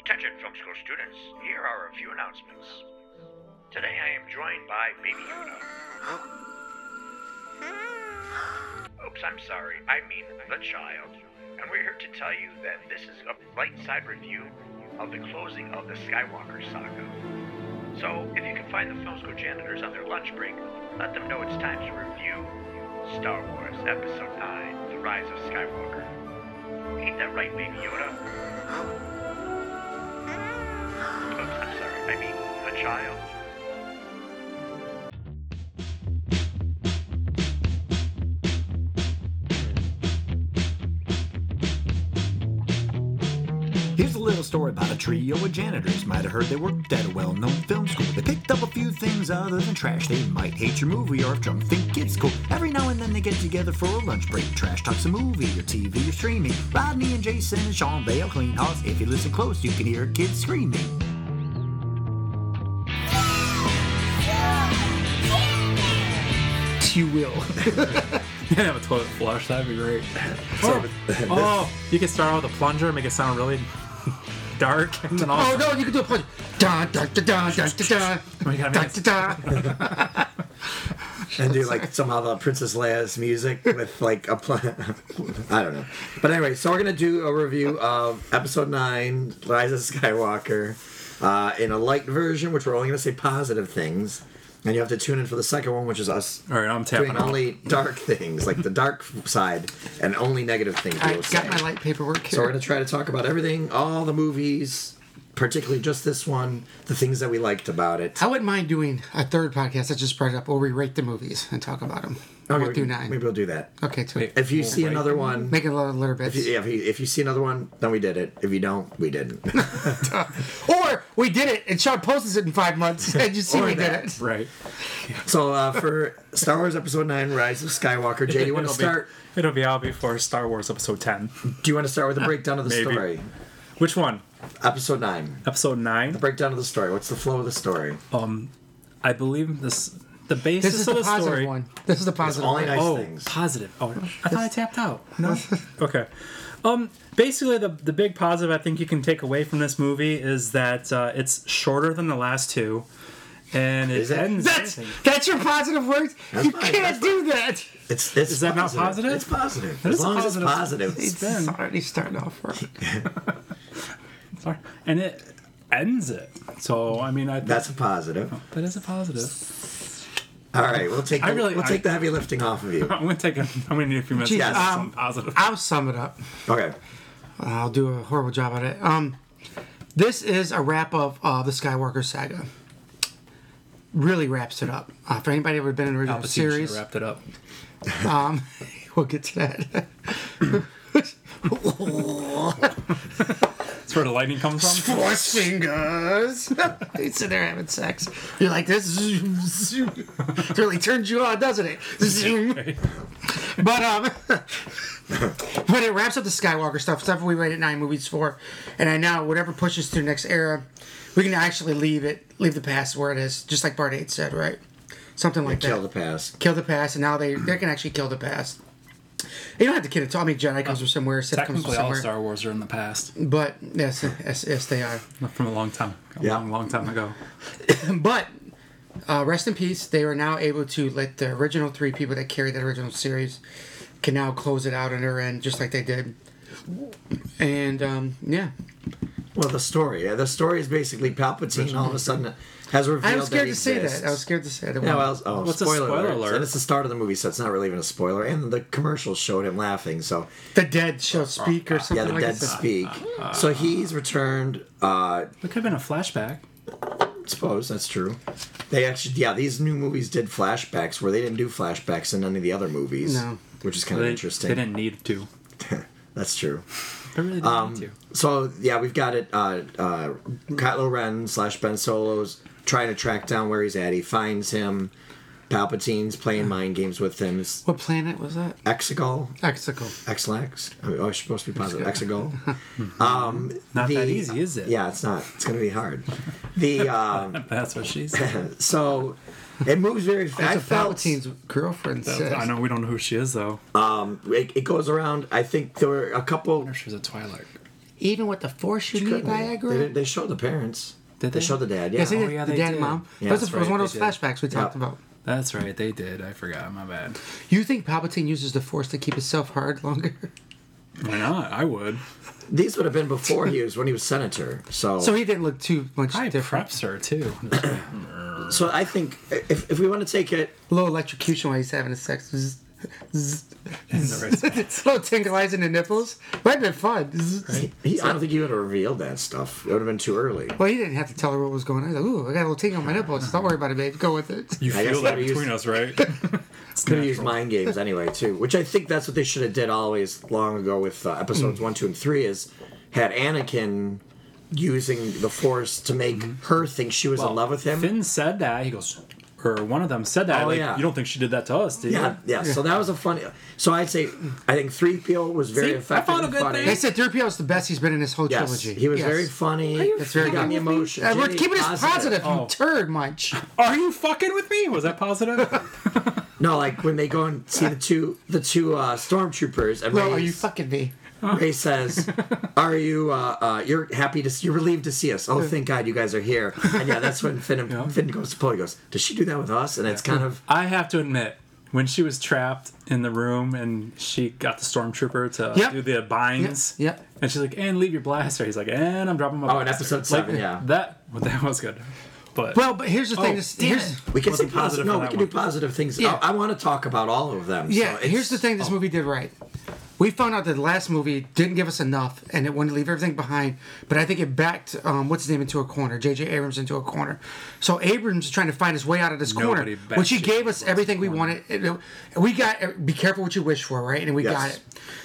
Attention, film school students. Here are a few announcements. Today I am joined by Baby Yoda. Oops, I'm sorry. I mean the child. And we're here to tell you that this is a light side review of the closing of the Skywalker saga. So, if you can find the film school janitors on their lunch break, let them know it's time to review Star Wars Episode 9 The Rise of Skywalker. Ain't that right, Baby Yoda? Oops, I'm sorry. I mean the child. Here's a little story about a trio of janitors. Might have heard they worked at a well known film school. They picked up a few things other than trash. They might hate your movie or if drunk think it's cool. Every now and then they get together for a lunch break. Trash talks a movie or TV or streaming. Rodney and Jason and Sean Bale clean house. If you listen close, you can hear kids screaming. You will. You can have a toilet flush. That'd be great. Oh, oh, you can start out with a plunger, make it sound really dark, and then all. Oh no, you can do a punch. Da da da da da da Oh We da. gotta Da make it- da da. and do like somehow the Princess Leia's music with like a plan. I don't know. But anyway, so we're gonna do a review of Episode Nine, Rise of Skywalker, uh, in a light version, which we're only gonna say positive things, and you have to tune in for the second one, which is us. All right, I'm tapping Doing out. only dark things, like the dark side, and only negative things. we I will got say. my light paperwork So we're here. gonna try to talk about everything, all the movies, particularly just this one, the things that we liked about it. I wouldn't mind doing a third podcast that just brought it up, where we rate the movies and talk about them. Okay, One through nine. Maybe we'll do that. Okay, two. Wait. If you see Right. another one, Make it a little, little bit. Yeah, if you, if you see another one, then we did it. If you don't, we didn't. Or we did it, and Sean posts it in five months, and you see Or we did that. it. Right. so uh, for Star Wars Episode Nine: Rise of Skywalker, Jay, do you want to It'll be- start? It'll be out before Star Wars Episode 10. Do you want to start with a breakdown of the Maybe. story? Which one? Episode Nine. Episode 9? Breakdown of the story. What's the flow of the story? I believe this. The basis This is of the the, positive story. one. This is the positive Only one. nice oh, things. positive. Oh, I thought I tapped out. No. okay. Um, basically, the the big positive I think you can take away from this movie is that uh, it's shorter than the last two, and it Is it? ends. That's that's your positive words. That's you fine, can't that's do that. It's, it's Is that not positive? It's positive. That as is a long positive. as it's positive. It's been- already starting off wrong. Sorry. And it ends it. So I mean, I think That's a positive. that is a positive. All right, we'll take the, I really- we'll I- take the heavy lifting off of you. I'm gonna take a. I'm gonna need a few minutes. Jeez, to get um, some positive. I'll sum it up. Okay. I'll do a horrible job at it. Um, this is a wrap of uh, the Skywalker saga. Really wraps it up. Uh, for anybody that would have been in the original Palpatine should've series, wrapped it up. we'll get to that. That's where the lightning comes from. Force fingers. they sit there having sex. You're like this. Zoom, zoom. It really turns you on, doesn't it? Zoom. But um, but it wraps up the Skywalker stuff. Stuff we rated nine movies for, and I know whatever pushes through next era, we can actually leave it, leave the past where it is, just like Part Eight said, right? Something like Kill that. the past. kill the past, and now they they can actually kill the past. You don't have to kid it. I mean, Jedi comes from somewhere, Sith comes from Technically, all somewhere. Star Wars are in the past, But yes, yes, yes, they are. from a long time, a Yeah. long, long time ago. But uh, rest in peace. They are now able to let the original three people that carried that original series can now close it out on their end, just like they did. And um, yeah, Well, the story. Yeah, the story is basically Palpatine all of a sudden has revealed. I was that scared he to say exists. that. I was scared to say that. Yeah, well, oh, What's a spoiler, spoiler alert. alert? And it's the start of the movie, so it's not really even a spoiler. And the commercials showed him laughing, so the dead shall speak or something yeah, the like dead that. speak. so he's returned. Uh, It could have been a flashback. I suppose that's true. They actually, yeah, these new movies did flashbacks where they didn't do flashbacks in any of the other movies, No. which is kind of They, interesting. They didn't need to. Um, That's true. They really didn't need to. So yeah, we've got it. Uh, uh, Kylo Ren slash Ben Solo's trying to track down where he's at. He finds him. Palpatine's playing mind games with him. It's What planet was that? Exegol, Mexico. Exlax. I mean, oh, it's supposed to be positive. Exegol. Um, Hmm. Not the- that easy, is it? Yeah, it's not. It's going to be hard. The um, That's what she said. so it moves very fast. That's I what felt Palpatine's girlfriend says. I know we don't know who she is though. it, it goes around. I think there were a couple. She was a Twilight. Even with the force you need, Couldn't they? They, Viagra. didn't- they showed the parents. Did They they? showed the dad. Yeah. Yes, they Oh, did. yeah, the they dad did. and mom. Yeah, that's that's was one right, of those they did. flashbacks we talked Yeah. about. That's right. They did. I forgot. My bad. You think Palpatine uses the force to keep himself hard longer? Why not? I would. These would have been before he was when he was senator. So So he didn't look too much I different. preps her too. so I think if, if we want to take it, Low electrocution while he's having his sex. Zzz, zzz, zzz. Little tingle eyes in the nipples. Might have been fun. Zzz, zzz. he, I don't think he would have revealed that stuff. It would have been too early. Well, he didn't have to tell her what was going on. He's like, Ooh, I got a little tingle in my nipples. Don't worry about it, babe. Go with it. You I guess feel that that we between us, right? Could have used mind games anyway too, which I think that's what they should have did always long ago with uh, episodes one, two, and three is had Anakin using the Force to make her think she was in love with him. Finn said that. He goes, or one of them said that. Oh, like, yeah. you don't think she did that to us, do you? yeah, yeah, So that was a funny. So I'd say I think three PO was very See, I effective. found a and good funny. They said 3PO is the best he's been in this whole Yes, trilogy. he was Yes. very funny. That's very got good. me emotion. Uh, we're Jimmy, keeping this positive, Oh. you turd munch. Are you fucking with me? Was that positive? No, like when they go and see the two the two uh, stormtroopers, and Bro, Ray, are you fucking me? Ray says, "Are you? Uh, uh, you're happy to? See, you're relieved to see us? Oh, thank God, you guys are here." And yeah, that's when Finn Finn goes to Poe. He goes, "Does she do that with us?" And it's kind of I have to admit, when she was trapped in the room and she got the stormtrooper to Yep. do the binds, Yep, yep. and she's like, "And leave your blaster." He's like, "And I'm dropping my." oh, in blaster." episode Like, seven, yeah. That well, that was good, but Well, but here's the thing. Oh, this, damn here's, it. we can say wasn't positive. positive No, for we that can do one. positive things. Yeah. I, want to talk about all of them. so Yeah, it's- here's the thing this movie did right. We found out that the last movie didn't give us enough and it wanted to leave everything behind, but I think it backed, um, what's his name, into a corner, J.J. Abrams into a corner. So Abrams is trying to find his way out of this Nobody corner, backed which he J.J. gave us everything we wanted. It- it- We got, e, be careful what you wish for, right? And we got Yes. it.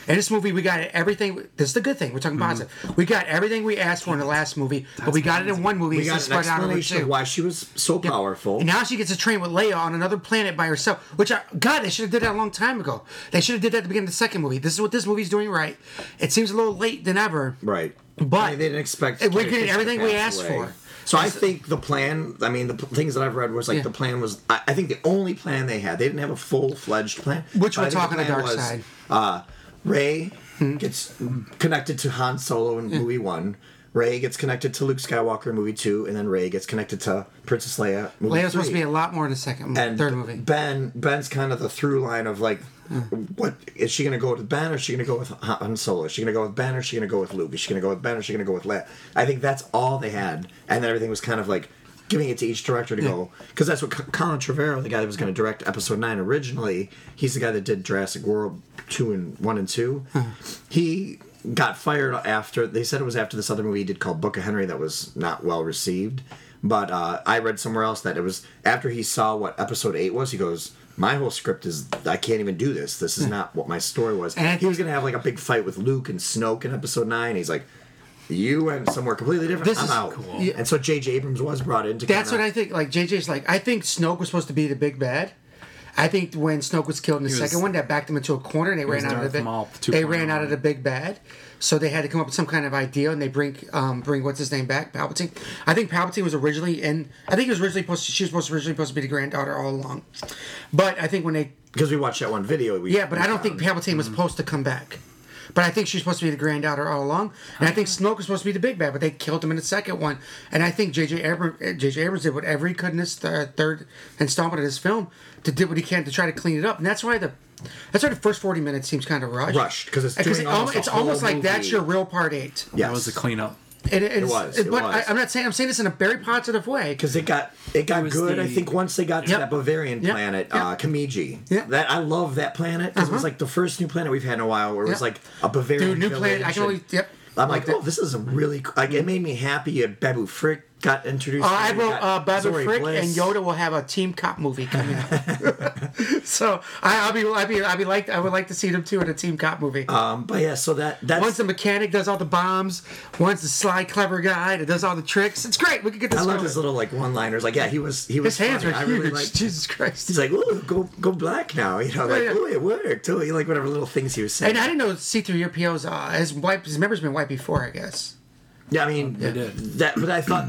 And this movie, we got everything. This is the good thing. We're talking Mm-hmm. positive. We got everything we asked for in the last movie, but we got it in one movie. We so got an spread out over explanation two. of why she was so powerful. And now she gets to train with Leia on another planet by herself. Which I, God, they should have did that a long time ago. They should have did that at the beginning of the second movie. This is what this movie's doing right. It seems a little late than ever. Right. But- I mean, they didn't expect. We're Carrie getting Fisher to everything we pass asked away. for. So I think the plan. I mean, the p- things that I've read was like Yeah. the plan was. I, I think the only plan they had. They didn't have a full fledged plan. Which But we're I think talking the plan dark side. Uh, Ray gets connected to Han Solo in movie one. Ray gets connected to Luke Skywalker in movie two, and then Ray gets connected to Princess Leia. Movie Leia's supposed to three be a lot more in the second, and third movie. Ben Ben's kind of the through line of like, Mm. what is she going to go with Ben or is she going to go with Han Solo? Is she going to go with Ben or is she going to go with Luke? Is she going to go with Ben or is she going to go with Leia? I think that's all they had, and then everything was kind of like giving it to each director to go because that's what Co- Colin Trevorrow, the guy that was going to direct Episode Nine originally, he's the guy that did Jurassic World two and one and 2 He got fired after they said it was after this other movie he did called Book of Henry that was not well received. But uh, I read somewhere else that it was after he saw what episode eight was, he goes, "My whole script is I can't even do this. This is not what my story was." Hmm. And I- he was gonna have like a big fight with Luke and Snoke in episode nine. He's like, "You went somewhere completely different. This I'm is out." cool. Yeah. And so J.J. Abrams was brought in to. That's what kinda- I think. Like JJ's like, I think Snoke was supposed to be the big bad. I think when Snoke was killed in the was- second one, that backed them into a corner and they ran was out of Darth the big. Maul oh. They 2.0. ran out of the big bad, so they had to come up with some kind of idea, and they bring um, bring what's his name back, Palpatine. I think Palpatine was originally in. I think he was originally supposed. To, she was supposed originally supposed to be the granddaughter all along, but I think when they because we watched that one video. We, yeah, but I don't think Palpatine Mm-hmm. was supposed to come back. But I think she's supposed to be the granddaughter all along, and I think Snoke was supposed to be the big bad, but they killed him in the second one. And I think J.J. Abrams, J.J. Abrams did whatever he could in this th- uh, third installment of this film to do what he can to try to clean it up, and that's why the that's why the first forty minutes seems kind of rushed. Eh, Rushed, 'cause it's doing it almost almo- a it's almost whole like that's movie. your real part eight. Yes. that was the cleanup. It, it's, was, it but was. I, am not saying I'm saying this in a very positive way. because it got it got was good. I the- think once they got to Yep. that Bavarian Yep. planet, Yep. uh, Kamiji. Yeah. That I love that planet. 'cause It was Uh-huh. like the first new planet we've had in a while, where it was Yep. like a Bavarian. Dude, new planet. I village can only and- yep. I'm like, Liked it. oh, this is a really co- like. It made me happy. At Babu Frick got introduced. Uh, I and we wrote got uh, Babu Zori Frick Bliss. and Yoda will have a team cop movie coming out. so I, I'll be, I'll be, I'll be like, I would like to see them too in a team cop movie. Um, but yeah, so that that's Once the mechanic does all the bombs, once the sly, clever guy that does all the tricks. It's great. We could get this. I love going. his little like one-liners. Like, yeah, he was he was His hands funny. are I huge. really liked- Jesus Christ. He's like, ooh, go go black now. You know, like, yeah. ooh, it worked. Ooh, you like whatever little things he was saying. and I didn't know C3PO's uh, his wipe, his member's been white before, I guess. Yeah, I mean, did. that. But I thought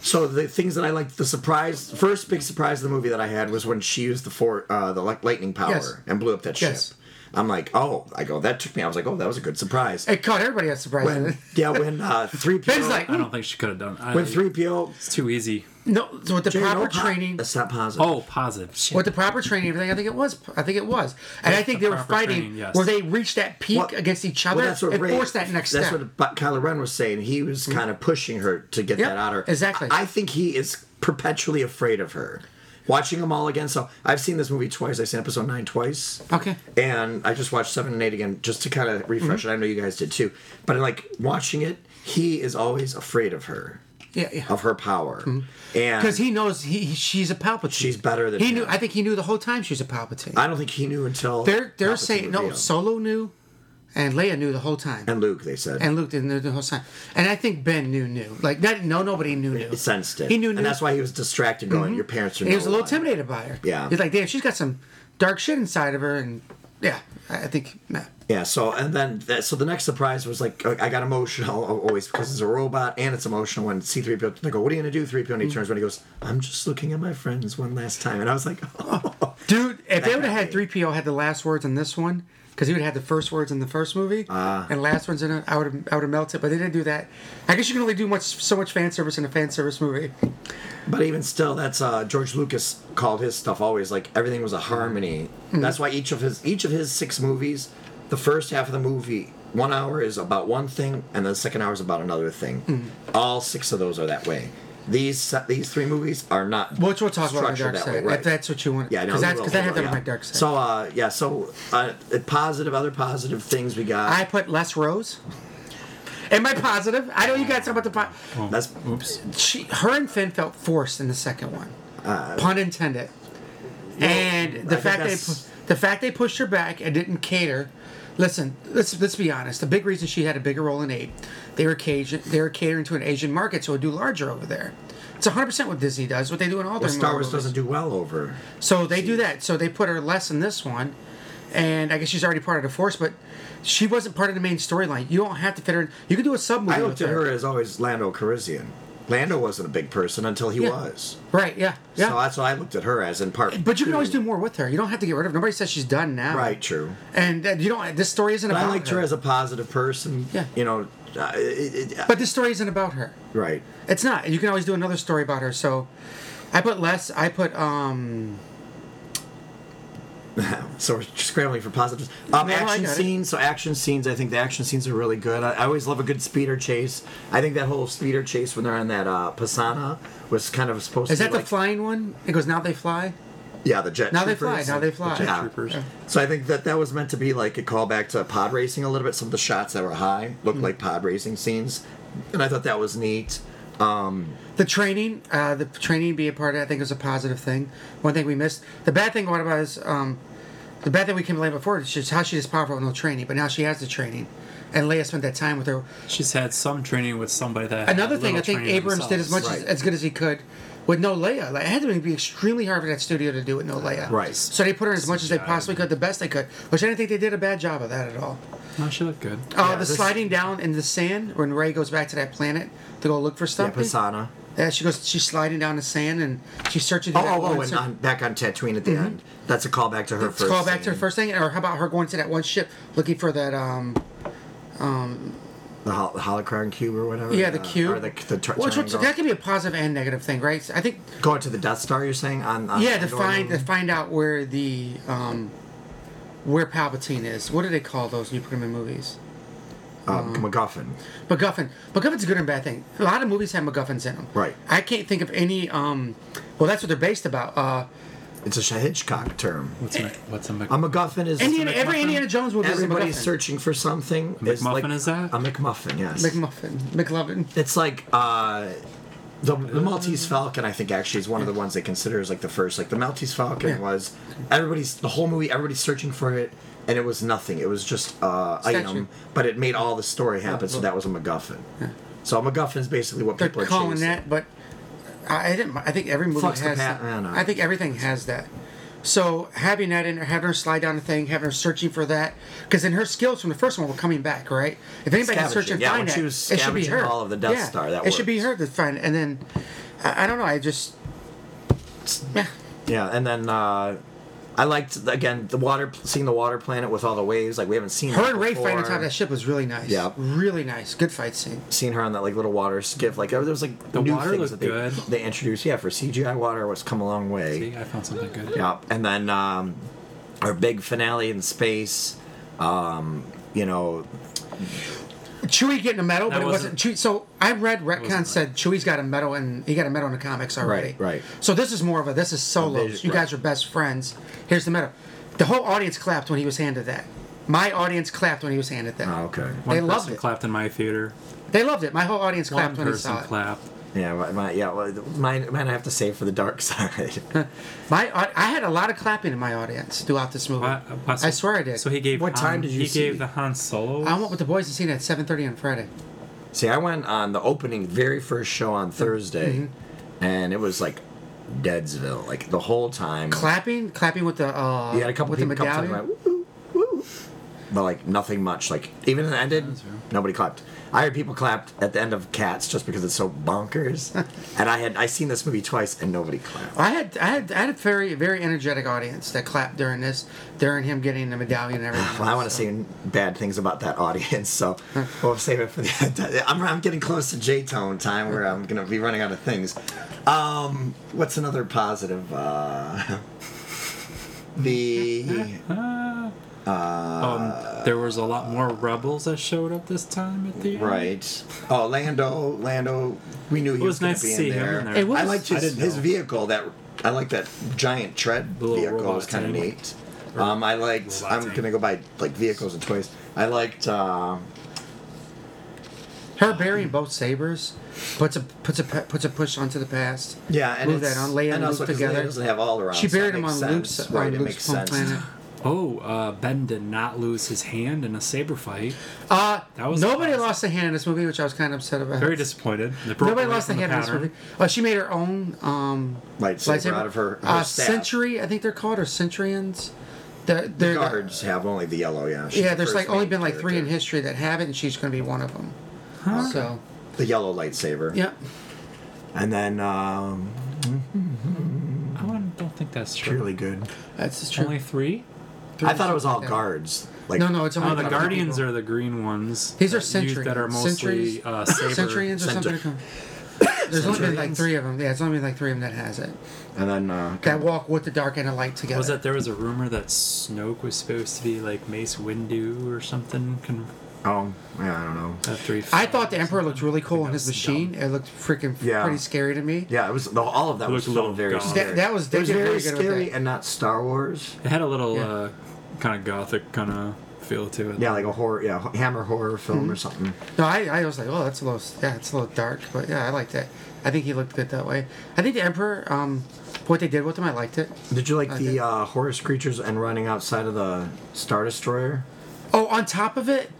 so. The things that I liked, the surprise, first big surprise of the movie that I had was when she used the for uh, the li- lightning power Yes. and blew up that Yes. ship. I'm like, oh, I go, that took me. I was like, oh, that was a good surprise. It caught everybody by surprise. When yeah, when uh, three PO Ben's like, I don't think she could have done. I, when three PO it's too easy. no, so with the proper training, That's not positive. Oh, positive. Shit. with the proper training, everything, I think it was, I think it was, and I think they were proper fighting training, yes. where they reached that peak Well- against each other Well, that's what and Ray, forced that next That's step. Mm. what Bu- Kylo Ren was saying. He was kind of pushing her to get Yep, that out of her. exactly. I, I think he is perpetually afraid of her. Watching them all again. So I've seen this movie twice. I've seen episode nine twice. Okay. Mm-hmm. And I just watched seven and eight again just to kind of refresh it. I know you guys did too. But like watching it, he is always afraid of her, yeah, yeah. of her power. And Because Mm-hmm. he knows he, he- she's a Palpatine. She's better than he him. knew. I think he knew the whole time she's a Palpatine. I don't think he knew until. they're they're Palpatine saying no. revealed. Solo knew, and Leia knew the whole time, and, And Luke, they said. Luke didn't know the whole time. And I think Ben knew knew. Like not, no, nobody knew knew. he sensed it. He knew. knew. And that's why he was distracted going, Your parents are he was a no little one." intimidated by her. Yeah. he's like, damn, she's got some dark shit inside of her, and yeah, I, I think. Nah. Yeah. So and then that, so the next surprise was like I I got emotional always because it's a robot and it's emotional when C three PO they go what are you gonna do three PO and he Mm-hmm. turns around and he goes I'm just looking at my friends one last time and I was like oh. Dude, if they got would have had me. three PO had the last words in this one, because he would have had the first words in the first movie Ah. and last ones in it, I would have I would have melted. But they didn't do that. I guess you can only do much so much fan service in a fan service movie. but even still that's uh, George Lucas called his stuff always like everything was a harmony Mm-hmm. that's why each of his each of his six movies the first half of the movie one hour is about one thing and the second hour is about another thing Mm-hmm. all six of those are that way these these three movies are not Which we'll talk about my structured dark that side way, if that's what you want. Yeah, no, because we will, that we had will, that on my yeah. dark side. So, uh, yeah, so uh, uh, positive, other positive things we got. I put less Rose. Am I positive? I know you guys talk about the po- That's Oops. she, her and Finn felt forced in the second one, pun intended. and the Uh, I think fact they that's- pu- the fact they pushed her back and didn't cater. Listen, let's let's be honest. The big reason she had a bigger role in eight, they were Cajun, they were catering to an Asian market, so it would do larger over there. It's 100 percent what Disney does, what they do in all well, their Star Marvel Wars movies. doesn't do well over. So they do that. So they put her less in this one, and I guess she's already part of the Force, but she wasn't part of the main storyline. You don't have to fit her. in. You can do a sub movie. I with looked at her as always Lando Calrissian. Lando wasn't a big person until he was. Right? Yeah. Yeah. So that's what I looked at her as in part. But you can two. always do more with her. You don't have to get rid of her. Nobody says she's done now. Right, true. And uh, you don't. This story isn't But about I liked her as a positive person. Yeah. You know, uh, it, it, But this story isn't about her. right. It's not. You can always do another story about her. So, I put less. I put um. So we're scrambling for positives. Um, No, I action got it. scenes. So action scenes. I think the action scenes are really good. I, I always love a good speeder chase. I think that whole speeder chase when they're on that uh, Pisana was kind of supposed Is to. that be the like, flying one? It goes now they fly. Yeah, the jet. Now they troopers. fly, now they fly. Yeah. Troopers. So I think that that was meant to be like a callback to pod racing a little bit. Some of the shots that were high Hmm. looked like pod racing scenes, and I thought that was neat. Um, The training, uh, the training being a part of it, I think was a positive thing. One thing we missed. The bad thing what about is um, the bad thing we came to Leia before is just how she is powerful with no training, but now she has the training, and Leia spent that time with her. She's had some training with somebody that. had Another thing, little I think training Abrams did as much themselves. as, Right. as good as he could with no Leia. Like, it had to be extremely hard for that studio to do with no Leia. Right. So they put her in as much as they possibly could, the best they could, which I didn't think they did a bad job of that at all. No, she looked good. Uh, the this- sliding down in the sand when Ray goes back to that planet to go look for yeah, something. Pisana. Yeah, she goes. She's sliding down the sand and she's searching. through Oh, that oh, one oh, and sa- on, back on Tatooine at the Mm-hmm. end. That's a callback to her Let's first. call back to her scene. first thing, or how about her going to that one ship looking for that? Um, the, hol- the holocron cube or whatever. yeah, the uh, cube. or the, the tri- which which, triangle. that could be a positive and negative thing, right? I think. going to the Death Star. You're saying on, on Yeah, to Endor find to Moon? find out where the um, where Palpatine is. What do they call those when you put them in movies? um, Mm-hmm. MacGuffin. MacGuffin. MacGuffin's a good and bad thing. A lot of movies have MacGuffins in them. Right. I can't think of any. Um, well, that's what they're based about. Uh, It's a Sh- Hitchcock term. What's a, what's a Mc- Mm-hmm. A MacGuffin is Indiana, every MacMuffin? Indiana Jones movie is everybody's a MacGuffin. searching for something. McMuffin It's like- is that? A McMuffin, yes. McMuffin, McLovin. It's like uh, the, the Maltese Falcon. I think actually is one of the ones they consider as like the first. Like the Maltese Falcon Yeah. was everybody's the whole movie. Everybody's searching for it, and it was nothing. It was just uh, Statue. item, but it made all the story happen. So that was a MacGuffin. So a MacGuffin is basically what they're people are calling chasing. that, but I, I didn't. I think every movie Flux the has that. Pat- I don't know. I think everything has that. So having that in, her, having her slide down the thing, having her searching for that, because then her skills from the first one were coming back, right? If anybody can search Scavenging. and Yeah, find when that, she was it should be scavenging her. all of the Death yeah, Star, that it should be her worked. to find. And then I, I don't know. I just yeah. Yeah, and then uh, I liked again the water, seeing the water planet with all the waves. Like we haven't seen Her that and Ray before. fighting on top of that ship was really nice. Yeah. Really nice. Good fight scene. Seen her on that like little water skiff. Like there was like The new water things looked that they, good. they introduced. Yeah, for CGI water was come a long way. See, I found something good. Yeah, and then um, our big finale in space. Um, you know, Chewie getting a medal, but it wasn't, wasn't- Chewie. So I read retcon wasn't said Chewie's got a medal and he got a medal in the comics already. Right, right. So this is more of a this is solos. vision- you guys right. are best friends. Here's the medal. The whole audience clapped when he was handed that. My audience clapped when he was handed that. oh, okay, They One loved person it. clapped in my theater. They loved it. My whole audience clapped One when he saw person it. clapped. yeah, my, my, yeah, well, mine, mine. I have to save for the dark side. My au- I had a lot of clapping in my audience throughout this movie. Why- why- I swear I did. So he gave. What time Han- did you He see? gave the Han Solo. I went with the boys and seen it at 7:30 on Friday. See, I went on the opening very first show on Thursday, Mm-hmm. and it was like Deadsville, like the whole time. Clapping, clapping with the uh, You had a couple with the people come to me medallion. like, woo, woo. but like nothing much. Like even when it ended, nobody clapped. I heard people clapped at the end of Cats just because it's so bonkers, and I had I seen this movie twice and nobody clapped. I had I had I had a very very energetic audience that clapped during this during him getting the medallion and everything. Well, I want to so. say bad things about that audience, so we'll save it for the. I'm, I'm getting close to J Tone time where I'm going to be running out of things. Um, what's another positive? Uh, the. um, there was a lot more rebels that showed up this time at the end. Right. Oh, Lando. Lando. We knew he It was was, going nice to to be see in him there. in there. It was- I liked I his, didn't his know. vehicle. That I like that giant tread The little vehicle. It was robot kind of thing. neat. Um, I liked. Robot I'm thing. going to go by like vehicles and toys. I liked. Um, her burying both sabers puts a puts a pe- puts a push onto the past. Yeah, and move it's- that on Leia and also Luke 'cause Leia together. doesn't have all around. She so it buried him makes on sense. Luke's uh, right. on it Luke's home makes sense. planet. Oh, uh, Ben did not lose his hand in a saber fight. Uh, That was nobody awesome. lost a hand in this movie, which I was kind of upset about. Very disappointed. They broke Nobody away lost a from hand in this pattern. movie. Uh, she made her own um, Lightsaber out of her- her uh, staff. century, I think they're called, or centurions. They're, The they're guards have only the yellow. Yeah. She's uh, yeah, the there's first like only main been like three in character. history that have it, and she's going to be one of them. So, The yellow lightsaber. yeah. And then um, I don't- don't think that's true. really good. That's true. Only three? I thought it was all Yeah. guards. Like No, no, it's only Oh, the about Guardians people. are the green ones. These are that use- centurions. That are mostly Centuries? uh, saber. centurions or something. Centur- There's only been like Centurions? three of them. Yeah, it's only been like three of them that has it. And then uh, That walk with the dark and the light together. Was that there was a rumor that Snoke was supposed to be like Mace Windu or something? Con- oh yeah, I don't know. after he I thought the Emperor looked really cool in That his was machine. It looked freaking Yeah. pretty scary to me. Yeah, it was the, all of that was looked a little filmed very gone. scary. That, that was it was they did very really good with scary that. and not Star Wars. It had a little Yeah. uh, kind of gothic kind of feel to it. Yeah, like a horror, yeah, hammer horror film Mm-hmm. or something. No, I, I was like, oh, that's a little, yeah, it's a little dark, but yeah, I liked that. I think he looked good that way. I think the Emperor, um, what they did with him, I liked it. Did you like Okay. the uh, horse creatures and running outside of the Star Destroyer? Oh, on top of it,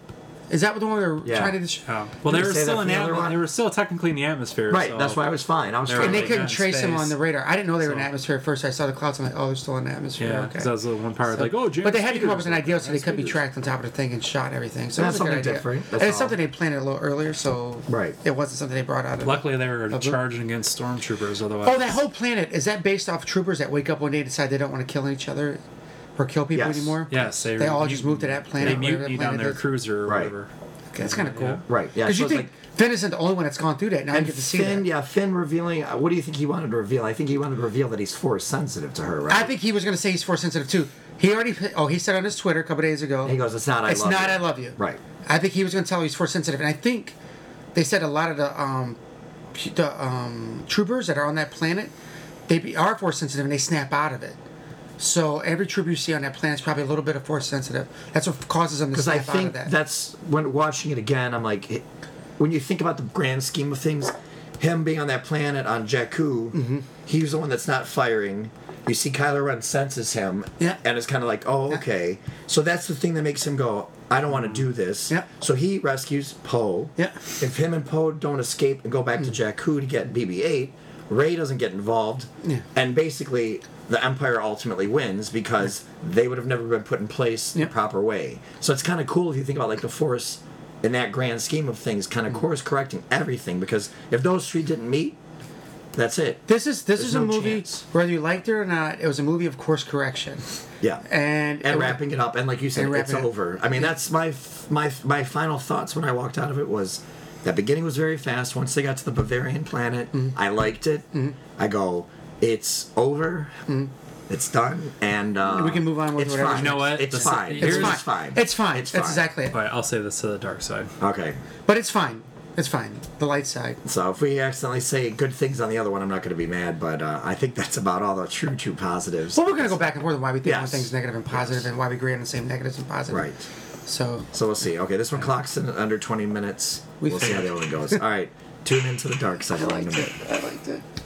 is that what the one they were Yeah. trying to destroy? Oh. Well, Did they you were say that still in for the the other one? atmosphere. They were still technically in the atmosphere. Right, so- that's why I was fine. I was They're fine. And they Yeah, couldn't in trace him on space. the radar. I didn't know they were in So- atmosphere at first. I saw the clouds. I'm like, oh, they're still in the atmosphere. Yeah, okay. because that was the one part. So- like, oh, James but they had to come up Spader's with an over idea there. so they could be Spader's- tracked on top of the thing and shot and everything. So That's that's something something idea. different, And that's it's all. something they planted a little earlier, so Right. it wasn't something they brought out. Of Luckily, they were Okay. charging against stormtroopers. Otherwise, Oh, that whole planet is that based off troopers that wake up one day and decide they don't want to kill each other or kill people Yes. anymore? Yes, they, They all just moved to that planet, They whatever mutiny that down planet their is. cruiser or Right. whatever. That's kind of cool. Yeah. Right, yeah. Because so you it's think Finn isn't the only one that's gone through that. Now you and get to see Finn, that. yeah, Finn revealing. Uh, what do you think he wanted to reveal? I think he wanted to reveal that he's force sensitive to her, right? I think he was going to say he's force sensitive too. He already. Oh, he said on his Twitter a couple days ago. he goes, "It's not. I it's love not. you." I love you. Right. I think he was going to tell her he's force sensitive, and I think they said a lot of the um, p- the um, troopers that are on that planet, they be, are force sensitive and they snap out of it. So every trooper you see on that planet is probably a little bit of force sensitive. That's what causes them to because snap I out think of that. that's when watching it again. I'm like, it, when you think about the grand scheme of things, him being on that planet on Jakku, Mm-hmm. he's the one that's not firing. You see, Kylo Ren senses him, Yeah. and it's kind of like, oh, okay. So that's the thing that makes him go, I don't want to do this. Yeah. So he rescues Poe. Yeah. Mm. If him and Poe don't escape and go back to Jakku to get BB-8, Ray doesn't get involved, Yeah. and basically the Empire ultimately wins because they would have never been put in place Yeah. the proper way. So it's kind of cool if you think about like the Force Mm. in that grand scheme of things, kind of course correcting everything because if those three didn't meet, That's it. This is this is a no movie chance. whether you liked it or not. It was a movie of course correction, Yeah. and and it- wrapping it up and like you said And it's wrapping it up. over i mean that's my f- my f- my final thoughts when i walked out of it was that beginning was very fast once they got to the bavarian planet Mm. i liked it i go it's over it's done and uh, Mm. We can move on with it's whatever's fine. You know what? it's The s- fine here's- it's it's fine. fine. It's fine. it's That's fine. exactly it. All right, I'll say this to the dark side. okay But it's fine. It's fine. The light side. so if we accidentally say good things on the other one i'm not going to be mad but uh, i think that's about all the true true positives Well, we're gonna go back and forth on why we think one Yes. thing's negative and positive, Yes. and why we agree on the same negatives and positive. right So So we'll see. Okay, this one clocks in under 20 minutes. We We will see how the other one goes. All right, tune into the dark side. I liked it. I liked it.